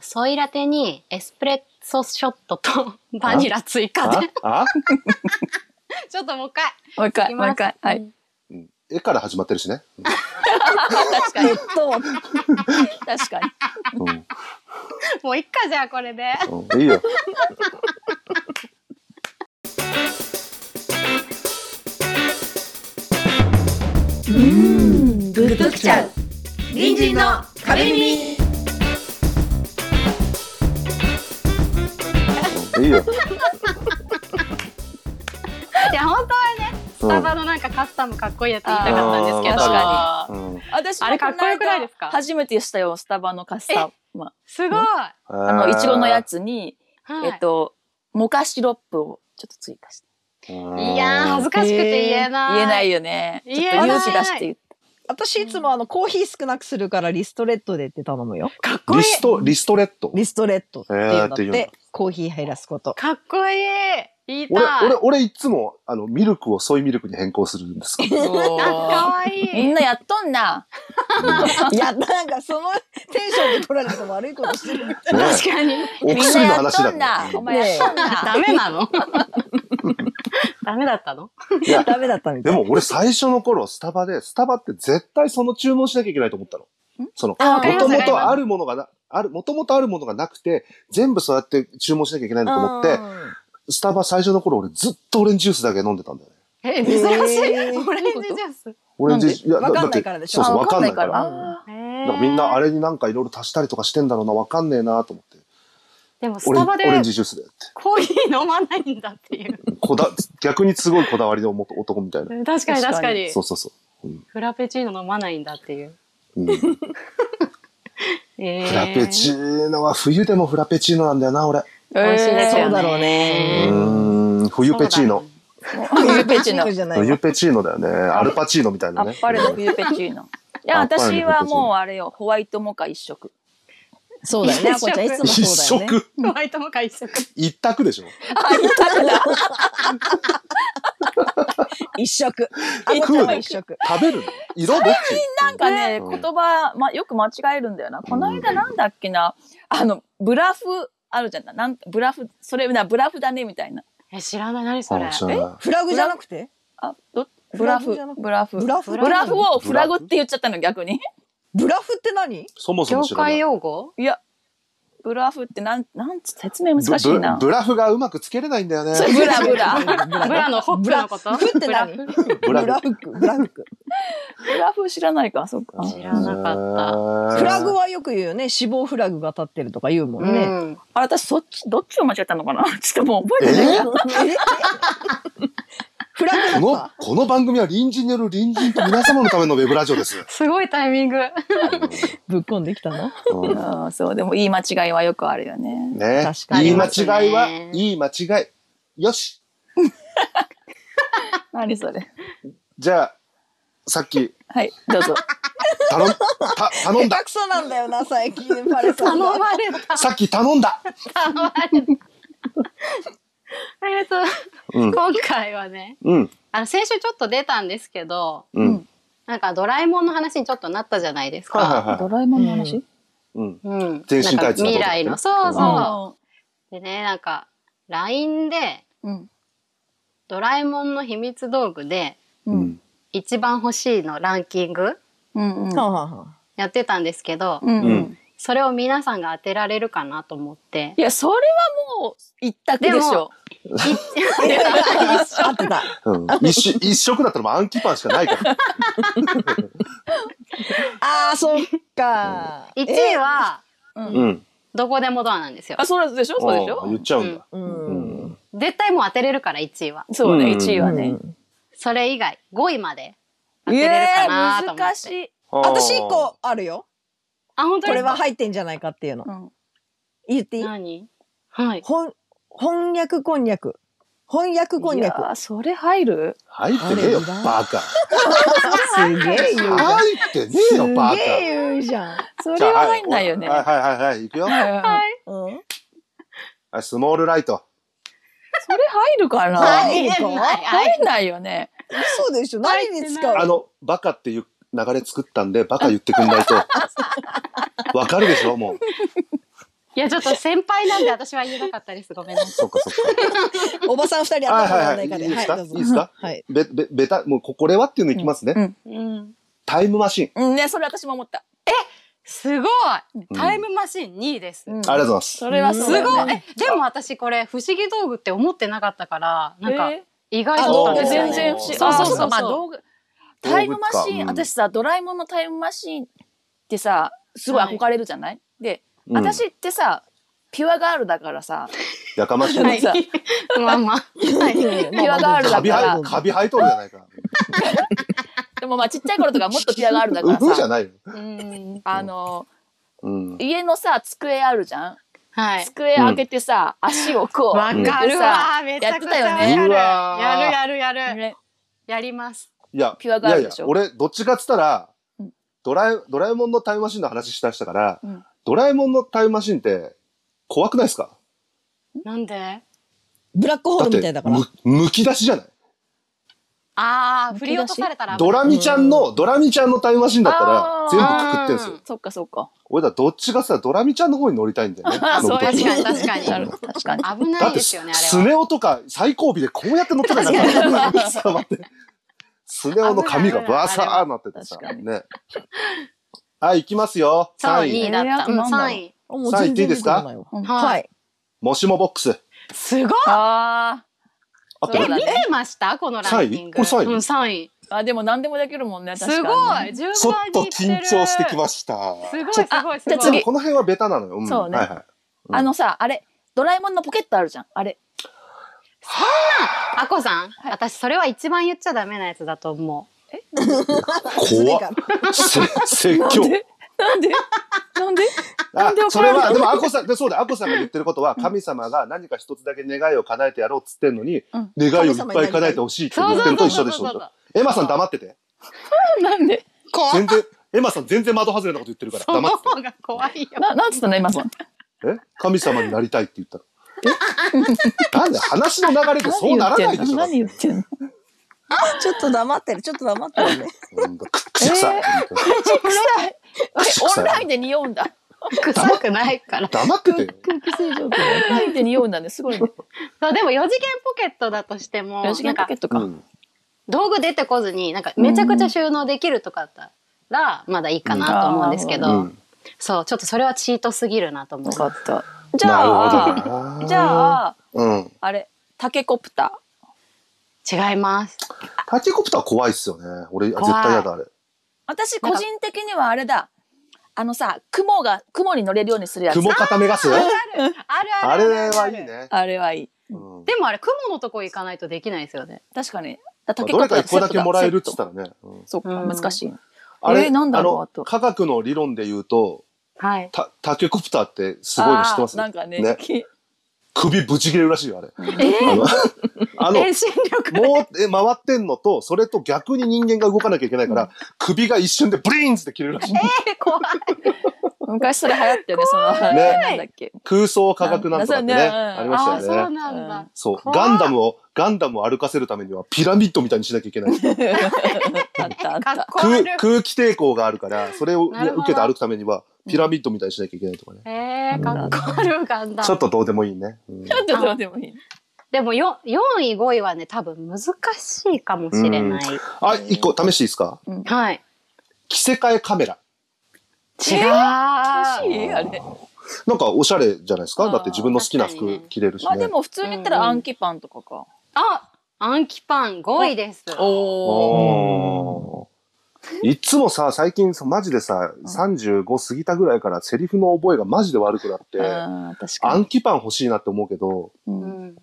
ソイラテにエスプレッソショットとバニラ追加で。ああちょっともう一回。もう一い回、きもう一ます回。はうい。んうん絵から始まってるしね。確かに。確かに。うんうんもういっかじゃあこれで。うんいいよ。グッときちゃう隣人の壁耳うんいいいよ。や本当はね、スうんタバのなんかカスタムかっこいいやつ言いたなかったんですけど。あー確わかに。うん私もあれかっこよくないですかこの間初めてしたよ、スタバのカスタム。すごい。あの、いちごのやつ。つに、はいえっと、モカシロップをちょっと追加して。いいやー恥ずかしくて言えない。言えないよね。ちょ言っえなとい勇気出して言っ私いつもあのコーヒー少なくするからリストレッドでって頼むよ。かっこいリい。スト、リストレット。リストレッドっていうんだえっーって言うんて、コーヒー入ら すこと。かっこいい。言い俺、たい。俺、俺いつも、あの、ミルクをソイミルクに変更するんです けど。かた。わいみい。んなやっとんな。いや、なんかそのテンションで取られて悪いことしてるみたいな。確かに。おみんな薬のやっ話とだんね。な。お前やっとんな。ダメなのダメだったのいや、ダメだったみたでいな。も俺最初の頃、スタバで、スタバって絶対その注文しなきゃいけないと思ったの。その、あわもかりまとすもとあるものがな、ある、もともとあるものがなくて、全部そうやって注文しなきゃいけないんだと思って、スタバ最初の頃俺ずっとオレンジジュースだけ飲んでたんだよね。え、珍しい。えーオレンジジュース。オレンジジュース、いや、わかんないだかっらてでしそうょそう、わかんないかあら。わだからみんなあれ。れになんかいろいろ足したりとかしてんだろうな、わかんねえなと思って。でもスオレタンバオでレンジジュースでって。コーヒー飲まないんだっていう。こだ、逆にすごいこだわりの男みたいな。確かに確確かかに。そうそうそう。フラペチーノ飲まないんだっていう。うん、フえーラペチーノは冬でもフラペチーノなんだよな、俺。美美味しいですよね。そうだろううねーん、冬ペチーノ。冬ペチーノ。じゃない冬ペチーノだよね。アルパチーノみたいあなっね。ぱれの冬ペチーノ。いや、あっぱれの冬私ペチーノはもうあれよ、ホワイトモカ一色。そうだよね。あこちゃんいつも一そうだよね。食、ホワイトも会食。一択でしょ。一食。あこちゃんは一食。食べるの色どっちなんかね、うん言葉、ま、よく間違えるんだよな。この間なんだっけな、あの、ブラフ、あるじゃんなんブラフ、それな、ブラフだね、みたいな。え、知らない。何それあ。知らないフラグじゃなくてあ、ど、ブラフブラフじゃな、くブラフ。ブラフブラフをフラグって言っちゃったの、逆に。ブラフって何そもそ業も知らな界い。用語いや、ブラフってなん、なんつ、説明ブ難しいな。ブブラフがうまくつけれないんだよね。そうブラブラ。ブラのホップのことフって何ブラブブララフフック。ブラフック。ブラフ知らないか、そっか。知らなかっかフラグはよく言うよね。死亡フラグが立ってるとか言うもた。んね。うんあれ、私、そっち、どっちを間違ったのかな ちょっともう覚えてないえや。えフラこグだっのた、この番組は隣人による隣人と皆様のためのウェブラジオです。 すごいタイミング。ぶっこんできたのうんうん、そう、でも言い間違いはよくあるよね。ね確か。に言い間違いありまはすね、いい間違い。よし。何それ。じゃあ、さっき、はい、どうぞ。頼ん、た、頼んだ 下。手くそなんだよな、最近。パレさ頼んが。まれた。さっき頼んだ。頼まれた。えっと、うん。今回はね、うん。あの先週ちょっと出たんですけど、うん。なんかドラえもんの話にちょっとなったじゃないですはいはいか。は ドラえもんの話、い。うん。うん。全身タイツなのんか未ことだってね来の、そうそう。そでね、なんか、LINE で、う。うん。ドラえもんの秘密道具で、う。うんん。一番欲しいのランキングうん。うん。はあはあはあやってたんですけど、うんうん。それを皆さんが当てられるかなと思って い。や、それはもう、一択でしょ。合ってた。うん一緒一色だったらもうアンキパンしかないから。ああ、そっか。 1位は、 うん。うん。どこでもドアなんですよあ、。そうでしょそうでしああょ言っちゃうんだ。えー。う。うんん。絶対もう当てれるから1位は。そううんね、一位はね。それ以外、5位まで当いてれるやかーなと思って。難しい。私一個あるよ。あ、本当こでれすかは入ってんじゃないかっていうのう。ん。言っていい何はい。翻翻訳こんにゃく。翻訳こんいにやゃく。ー、それ入る入ってねえよ、あれだバカ。すげえ言うじゃん。入ってねえすよ、バカげ。え言うじゃん。そじゃれあは入んないよね。ははいはいはいはいはい、いくよい。はいうん。はいスモールライト。それ入るかはな入いってないはい入んないよね。嘘でしょ。何に使うあの、バカっていう 流れ作ったんで、バカ言ってくんないと。わかるでしょ、もう。いや、ちょっと先輩なんで私は言えなかったです。ごめんなさい。そっかそっか。おばさん二人頭はいはいがはいいいないかで。ですかどうぞいいですかはい。べ、べ、べた、もうここれはっていうのいきますね。うんうん。タイムマシン。うん、ね、それ私も思った。すごいうんタイムマシン2位です。うんありがとうございます。それはすそうごだいよね、えでも私これ不思議道具って思ってなかったからなんかえー意外だったんですよ全ね。然不思議。そうそうそあうそうかまあ道具タイムマシうーんン、私さ、ドラえもんのタイムマシーンってさ、すごい憧れるじゃないで、うん私ってさ、ピュアガールだからさ、やかましい。はいさ まあまあピュアガールカだビから生え、、カビ生えとるじゃないか。でもまあちっちゃい頃とかもっとピュアガールだかうらぶじゃさ、ないよ。うんあの、うん。家のさ、机あるじゃんはい。机開けてさ、足をこう。わかるわめちゃくちゃわかるやってたよねうわーやるやるやるねやります。いや、ピュアガールでしょいやいや俺、どっちかっつったらうん、ドラえ、ドラえもんのタイムマシンの話したしたからうん、ドラえもんのタイムマシンって怖くないですかなんで？ブラックホーだっルてみたいだ、から。むむき出しじゃないああ振り落とされたらドラミちゃんの、ドラミちゃんのタイムマシンだったらあー全部くくってんすよ。そっかそっか。俺らどっちがさ、ドラミちゃんの方に乗りたいんだよね。あー乗るそう時や確かに確かになるほど確かに。危だないってですスよねあれは。ネ夫とか最後尾でこうやって乗ってたんだから。さ待ってスネ夫の髪がバサーなっててさ危ない。危ね。はい、行きますよ。そう3 2位。位だった。うんなんだろう3位。あもうさあ言全っていい然ですか出てこないわは。はいい。もしもボックス。すごい。ああそうえだ見ねてましたこのランキング。 3位これ3う位ん3位。ーあ、でも何でもできるもんね、す確かに。ごい順ちょっ番とにいってる緊張してきました。すごいちすょっとごいすじゃごあい。次この辺はベタなのよ。んそうねはいはい。うんあのさ、あれ、ドラえもんのポケットあるじゃん。あれ。あこさん、私それは一番言っちゃダメなやつだと思怖っ。せ説教。なんでなんであんで怒それられるは、でも、アコさん、でそうだ、アコさんが言ってることは、神様が何か一つだけ願いを叶えてやろうっつってんのに、うん願いをいっぱい叶えてほしいってう。言ってるのと一緒でしょ。そうエマさん黙ってて。なんで怖い。全然、エマさん全然窓外れなこと言ってるから、その黙って方が怖いよ。な、なんつったの今さん。て。え神様になりたいって言ったの。なんで話の流れでそうならないでしょ。だって何言ってんのちょっと黙ってる、ちょっと黙ってる ね。うんくっちくさい。本当に臭いオンラインで匂うんだ。臭くないから。黙っててよ。オンラインで匂うんだね。すごいね。そうでも四次元ポケットだとしても、四次なん元ポかケットうか。ん道具出てこずに、なんかめちゃくちゃ収納できるとかだったら、まだいいかなと思うんですけうど、ん。そう、ちょっとそれはチートすぎるなと思よう。かった。じなゃるあ、ほどな。じゃあ、うん。あれ、タケコプタ違います。タケコプター怖いっすよね。俺、絶対嫌だ、あれ。ー。私、個人的にはあれだ。あのさ、雲が、雲に乗れるようにするやつ。雲固めガスあるあれはいい。ね。あれはいい。うんでもあれ、雲のとこ行かないとできないですよね。確かに。だまタあケどコプタれかー一個だけもらえるっセつッっトだたらね。うんそうか、うん難しい。あれ、なんだあろうあのと、科学の理論で言うと、はい。たタケコプターってすごいの知ってまあすーなんかね、ねき首ぶち切れるらしいよ、あれ。あえの あの、遠心力もうえ回ってんのと、それと逆に人間が動かなきゃいけないから、首が一瞬でブリーンって切れるらしい。怖い。昔それ流行ったよね、その、ねなんだっけ。空想科学なんとかってね、なんかねありまああ、しそたようね。なんだ。そう、怖いガンダムを、ガンダムを歩かせるためにはピラミッドみたいにしなきゃいけない。 あったあっ。かったこ空悪い。空気抵抗があるから、それをなるほど受けて歩くためには、ピラミッドみたいにしなきゃいけないとかね。えー、かっこ悪いガンダムちょっとどうでもいいね。うんちょっとどうでもいい。でもよ4位5位はね多分難しいかもしれない、あ、一個試していいですかはい着せ替えカメラ。違う、欲しいあれ。なんかおしゃれじゃないですかあーだって自分の好きな確かに服ね着れるしまあでね。も普通に言ったら暗記パンとかか。あアンキパン5位ですおお。おーいつもさ、最近さ、マジでさ、35過ぎたぐらいからセリフの覚えがマジで悪くなって、あー確かに。暗記パン欲しいなって思うけど、ううんん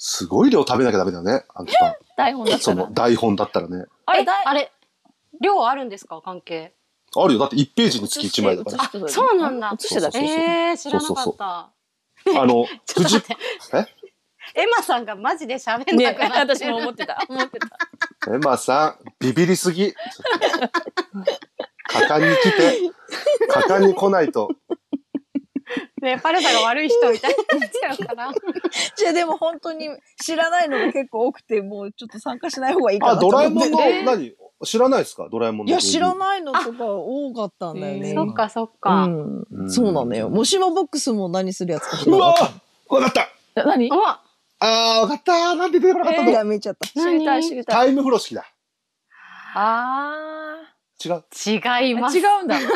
すごい量食べなきゃダメだよね、暗記パ台本だン。っそたらの。台本だったらね。あえれ、台あれ量あるんですか関係あるよ。だって1ページにつき1枚だから。あそうなんだ写してたそうそうそうえー、知らなかそうそうったあの、ちょっと待って えエマさんがマジで喋んなねくなって 私る、も思ってた。思ってた。 エマさん、ビビりすぎ。果敢に来て、果敢に来ないと。ねパレさんが悪い人みたいになっちゃうからじゃあでも本当に知らないのが結構多くて、もうちょっと参加しない方がいいかなあ、とド思ラって。えもんのね何知らないですかドラえもんいや、知らい。ないのとか多かったんだようね。んそっかそっか。う。うんんそうなのよ。もしもボックスも何するやつか知うらなわかっ。ーわかったえ何うわあー、わかったーなんで出てこなかったた目のが見えちゃった。知りたい知りたい。タイム風呂式だ。あ違う。違いーまあ。す違。うんだ。違うん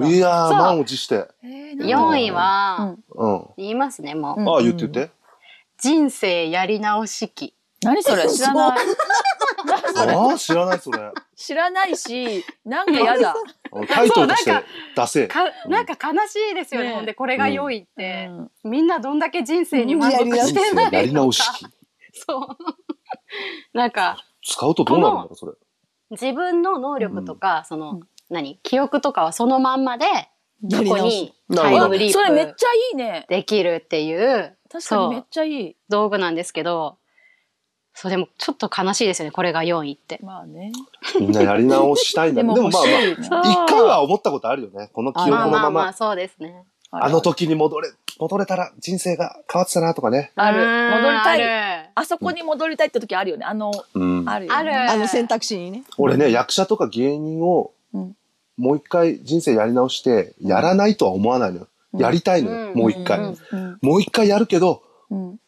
だ違う。いやー、そう満を持して。えーなんだ4位うはん、うん。あ言いますね、もう。うんー、言って言って。人生やり直し期。何それ知 らない。ああ、知らないそれ。あ知らないし、なんかや だ。タイトルとしてそう出せ。かうんなんか悲しいですよね、ねほんでこれが良いっうて、んみんなどんだけ人生に満足やし人てないの生かやり直し期。そうなんか使うとどうなるんだろう、それ。自分の能力とか、その、うん何記憶とかはそのまんまでやこりこ直し。になタるイムほど。リそれめっープちゃいいね。できるっていう確かにめっちゃいい。道具なんですけどそれもちょっと悲しいですよねこれが4位って。まあね。みんなやり直したいんだ。ででももまあ欲ましあ、いよね。そう一回は思ったことあるよね。この記憶まあのまあままあま。そうですね。あの時に戻れ、戻れたら人生が変わってたなとかね。あるうん戻りたいあるあそこに戻りたいって時あるよね。あの、うんあるよね。あるあの選択肢にね。俺ね、役者とか芸人をうん、もう一回人生やり直して、やらないとは思わないのよ。うんやりたいのよ、うんもう一う回ん。うん。もう一回やるけど、うん。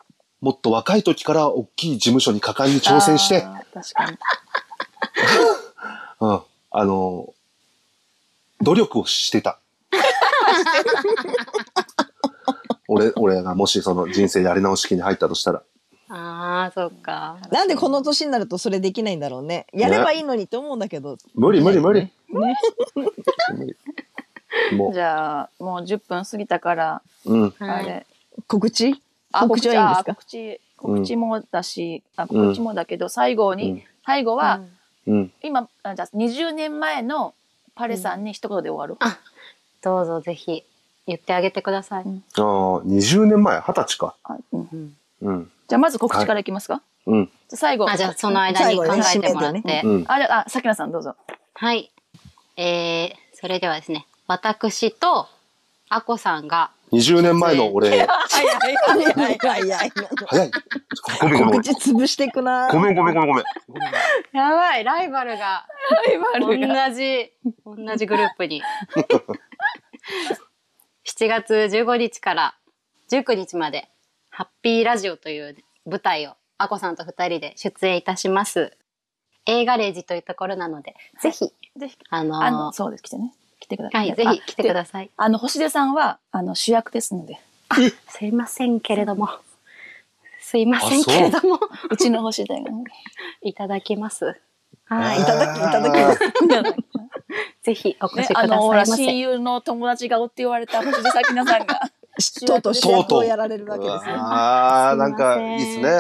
もっと若い時から大きい事務所に果敢に挑戦して、あー。確かに。うん、あのー努力をしてた。俺、俺がもしその人生やり直し期に入ったとしたら。あーそっか。なんでこの年になるとそれできないんだろうね。やればいいのにって思うんだけど。無理無理無理。無理も じゃあ、もう10分過ぎたから、う、うん。あはいれ。告知あ告知はいいんですか告知、告知もだし、あ告知もだけど、最後うにん、最後は、うん。今、あじゃあ20年前のパレさんに一言で終わる。どうぞぜひ言ってあげてください。ああ、20年前、二十歳か。あうんうんうん。じゃあ、まず告知からいきますか。うん。じゃあ最後。あじゃあその間に考えてもらっ最後に締めてて。うん。あ、じゃあ、あさきなさんどうぞ。はい。えー、それではですね、私とあこさんが、 20年前の俺、はいはいはいはいいやいやいや。早い。ごめんごめん告。知潰していくな。ごめんごめんごめんごめん。やばい、ライバルが、ラ同イバルがじ、同じグループに。7月15日から19日まで、ハッピーラジオという舞台を、あこさんと二人で出演いたします。映画レージというところなので、ぜひ、ぜひ、あのーあの、そうです、来てね。来てくださ。はいい、ぜひ来てくい。ださい。あの、星出さんは、あの、主役ですので、すいませんけれども、すいませんけれども、うちの 星出が。いただきます。あはいただきいただきますき。い、ぜひお越ねしくださあいまの、ほら、せ。親友の友達顔って言われた星出さきなさんが。とうとう主役をやられるわけですよ。ああ、すいまなせんんかいいですね。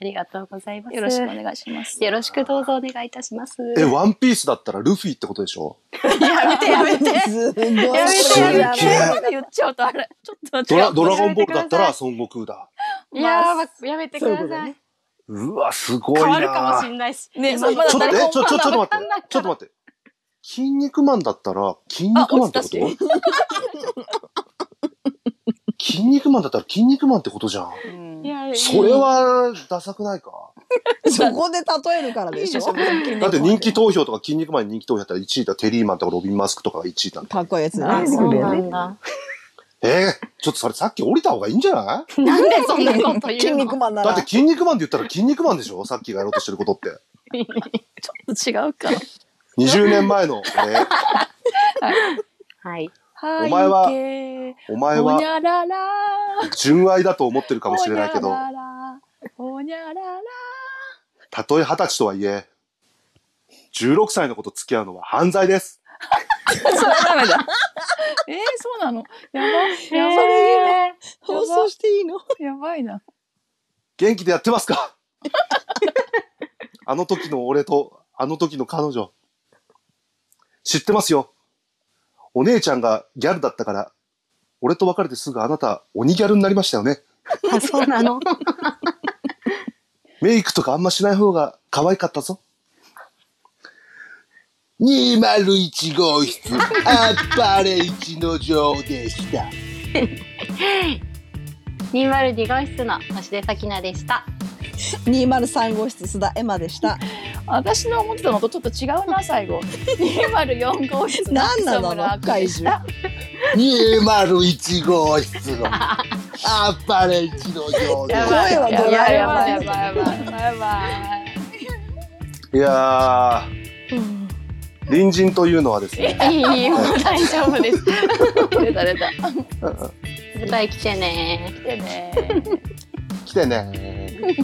ありがとうございます。よろしくお願いします。よろしくどうぞお願いいたします。え、ワンピースだったらルフィってことでしょやめてやめて。すごい。やめてやめて言っちゃうとあれ、ちょっと違う。ドラドラやゴめンボてくーだルさだいったら孫悟空だ。いやーまあまやめてくそういうだことさい。ね。うわ、すごいな。変わるかもしれないし。ね今そうまだちょっと、え、誰もちょ、ちょ、ちょっと待っわかんなかっ。てちたょっと待って。筋肉マンだったら、筋肉マンってあこと 筋肉マンだったら筋肉マンってことじゃん。いやいやそれは、ダサくないか。そこで例えるからでしょ。だって人気投票とか筋肉マンに人気投票だったら1位だ。テリーマンとかロビンマスクとかが1位だ。かっこいいやつね。あ、そうなんだ。えー、ちょっとそれさっき降りた方がいいんじゃないなんでそんなこと筋言う肉の。マンなだっらて。筋肉マンで言ったら筋肉マンでしょさっきがやろうとしてることって。違うか。 20年前の 俺、はい。はい。お前はは、お前ほにはゃらら。純愛だと思ってるかもしれないけどほに、ゃらら。ほにゃらら。たとえ二十歳とはいえ、16歳の子と付き合うのは犯罪です。それはダメだ。えー、そうなのやばやばい、え放送していいのやばいな。元気でやってますかあの時の俺と、あの時の彼女。知ってますよ。お姉ちゃんがギャルだったから、俺と別れてすぐあなた、鬼ギャルになりましたよね。ーあ、そうなの。メイクとかあんましない方が可愛かったぞ。201号室、あっぱれ一の城でした。 202号室の星出咲菜でした。 ?203 号室須田エマでした。私の思ってたのとちょっと違うな最後204号室の何な磯の村あの怪獣201号室のアパレルの表や現ばい声はドやばラいえやもんばいやばいやばいやばいいやー隣人というのはですねい いよ、大丈夫です。 出た出た舞台来てね来てね来てね